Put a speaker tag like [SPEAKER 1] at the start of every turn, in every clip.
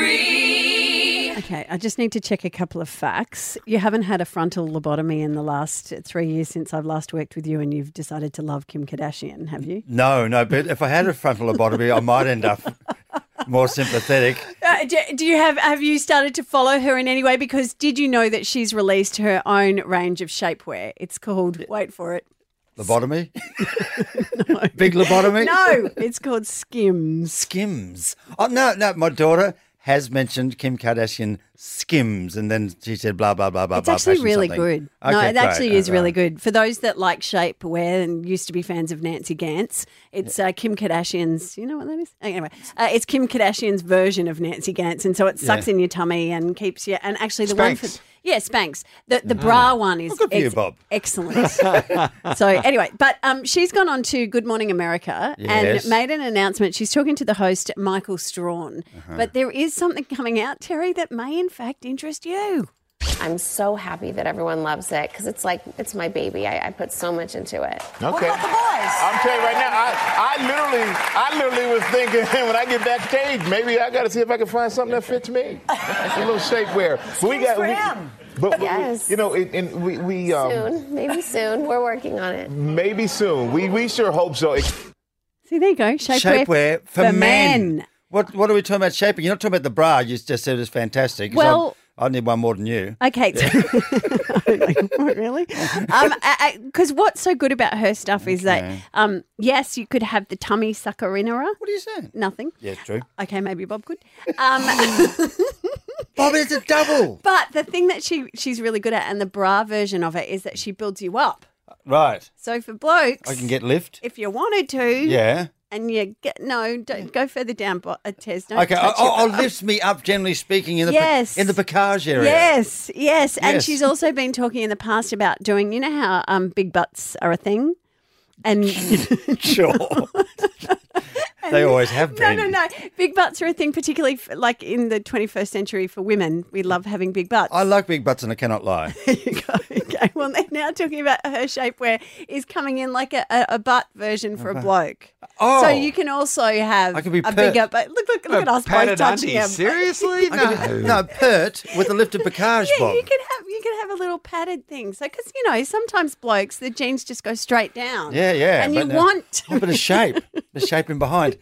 [SPEAKER 1] three.
[SPEAKER 2] Okay, I just need to check a couple of facts. You haven't had a frontal lobotomy in the last three years since I've last worked with you, and you've decided to love Kim Kardashian, have you?
[SPEAKER 3] No, no, but if I had a frontal lobotomy, I might end up more sympathetic.
[SPEAKER 2] Uh, do, do you have have you started to follow her in any way? Because did you know that she's released her own range of shapewear? It's called wait for it.
[SPEAKER 3] Lobotomy? Big lobotomy?
[SPEAKER 2] No, it's called Skims.
[SPEAKER 3] Skims. Oh, no, no, my daughter has mentioned Kim Kardashian Skims, and then she said blah, blah, blah, blah,
[SPEAKER 2] It's
[SPEAKER 3] blah.
[SPEAKER 2] actually
[SPEAKER 3] fashion
[SPEAKER 2] really
[SPEAKER 3] something.
[SPEAKER 2] good. no,
[SPEAKER 3] Okay,
[SPEAKER 2] it actually
[SPEAKER 3] great.
[SPEAKER 2] is
[SPEAKER 3] Oh,
[SPEAKER 2] really
[SPEAKER 3] right.
[SPEAKER 2] good. For those that like shapewear and used to be fans of Nancy Gantz, it's uh, Kim Kardashian's, you know what that is? Anyway, uh, it's Kim Kardashian's version of Nancy Gantz. And so it sucks in your tummy and keeps you. And actually, the one
[SPEAKER 3] Spanx.
[SPEAKER 2] for. Yeah, Spanx. The, the bra one is
[SPEAKER 3] Ah. good for you,
[SPEAKER 2] ex-
[SPEAKER 3] Bob.
[SPEAKER 2] excellent. so anyway, but um, she's gone on to Good Morning America
[SPEAKER 3] Yes.
[SPEAKER 2] and made an announcement. She's talking to the host, Michael Strawn.
[SPEAKER 3] Uh-huh.
[SPEAKER 2] But there is something coming out, Terry, that may in fact interest you.
[SPEAKER 4] I'm so happy that everyone loves it because it's like it's my baby. I, I put so much into it.
[SPEAKER 5] Okay.
[SPEAKER 6] about the boys?
[SPEAKER 5] I'm telling you right now, I, I literally, I literally was thinking when I get backstage, maybe I got to see if I can find something that fits me. a little shapewear. But
[SPEAKER 6] Skims for him.
[SPEAKER 5] But, but we-
[SPEAKER 4] Yes.
[SPEAKER 5] you know, it, and we, we um,
[SPEAKER 4] Soon, maybe soon. We're working on it.
[SPEAKER 5] maybe soon. We we sure hope so.
[SPEAKER 2] See, there you go. Shapewear,
[SPEAKER 3] Shapewear for, men. What, what are we talking about shaping? You're not talking about the bra. You just said it's fantastic. 'cause I'm-
[SPEAKER 2] Well-
[SPEAKER 3] I need one more than you.
[SPEAKER 2] Okay. What, really? Um, Because what's so good about her stuff is that, um, yes, you could have the tummy sucker in her.
[SPEAKER 3] What are you saying?
[SPEAKER 2] Nothing.
[SPEAKER 3] Yeah, it's true.
[SPEAKER 2] Okay, maybe Bob could. Um,
[SPEAKER 3] Bob, it's a double.
[SPEAKER 2] but the thing that she she's really good at, and the bra version of it, is that she builds you up.
[SPEAKER 3] right.
[SPEAKER 2] So for blokes,
[SPEAKER 3] I can get lift.
[SPEAKER 2] if you wanted to,
[SPEAKER 3] Yeah.
[SPEAKER 2] and you get no, don't go further down, bo- uh, Tez. Don't
[SPEAKER 3] Okay,
[SPEAKER 2] touch
[SPEAKER 3] oh, oh,
[SPEAKER 2] your-
[SPEAKER 3] oh, lifts me up, generally speaking, in the
[SPEAKER 2] Yes.
[SPEAKER 3] in the Picage area.
[SPEAKER 2] Yes, yes, and
[SPEAKER 3] Yes.
[SPEAKER 2] she's also been talking in the past about doing. You know how um, big butts are a thing, and
[SPEAKER 3] sure. they always have
[SPEAKER 2] no,
[SPEAKER 3] been.
[SPEAKER 2] no, no, big butts are a thing, particularly for, like in the 21st century for women. We love having big butts.
[SPEAKER 3] I like big butts and I cannot lie.
[SPEAKER 2] okay, well, they're now talking about her shapewear is coming in like a, a, a butt version for a bloke.
[SPEAKER 3] Oh.
[SPEAKER 2] so you can also have
[SPEAKER 3] I could be
[SPEAKER 2] a
[SPEAKER 3] pert.
[SPEAKER 2] bigger. But look, look, look at us both
[SPEAKER 7] Padded
[SPEAKER 2] touching
[SPEAKER 7] undies.
[SPEAKER 2] our-
[SPEAKER 7] Seriously? No.
[SPEAKER 3] no, pert with a lifted Picage,
[SPEAKER 2] Yeah,
[SPEAKER 3] Bob.
[SPEAKER 2] you can have you can have a little padded thing. So, because you know, sometimes blokes the jeans just go straight down.
[SPEAKER 3] Yeah, yeah.
[SPEAKER 2] And
[SPEAKER 3] but
[SPEAKER 2] you
[SPEAKER 3] no-
[SPEAKER 2] want
[SPEAKER 3] Oh, but a shape, the shape in behind.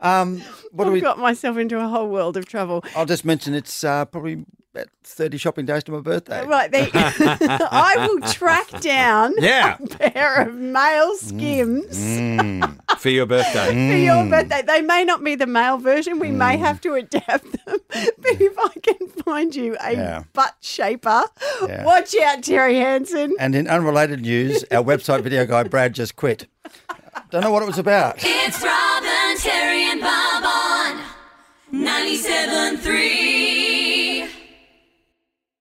[SPEAKER 3] Um, what do
[SPEAKER 2] I've
[SPEAKER 3] we?
[SPEAKER 2] got myself into a whole world of trouble.
[SPEAKER 3] I'll just mention it's uh, probably about thirty shopping days to my birthday.
[SPEAKER 2] Right, they, I will track down
[SPEAKER 3] Yeah.
[SPEAKER 2] a pair of male skims
[SPEAKER 7] For your birthday.
[SPEAKER 2] for your
[SPEAKER 3] Mm.
[SPEAKER 2] birthday. They may not be the male version. We may have to adapt them. But if I can find you a
[SPEAKER 3] Yeah.
[SPEAKER 2] butt shaper,
[SPEAKER 3] Yeah.
[SPEAKER 2] watch out, Terry Hansen.
[SPEAKER 3] And in unrelated news, our website video guy Brad just quit. Don't know what it was about.
[SPEAKER 1] It's Friday.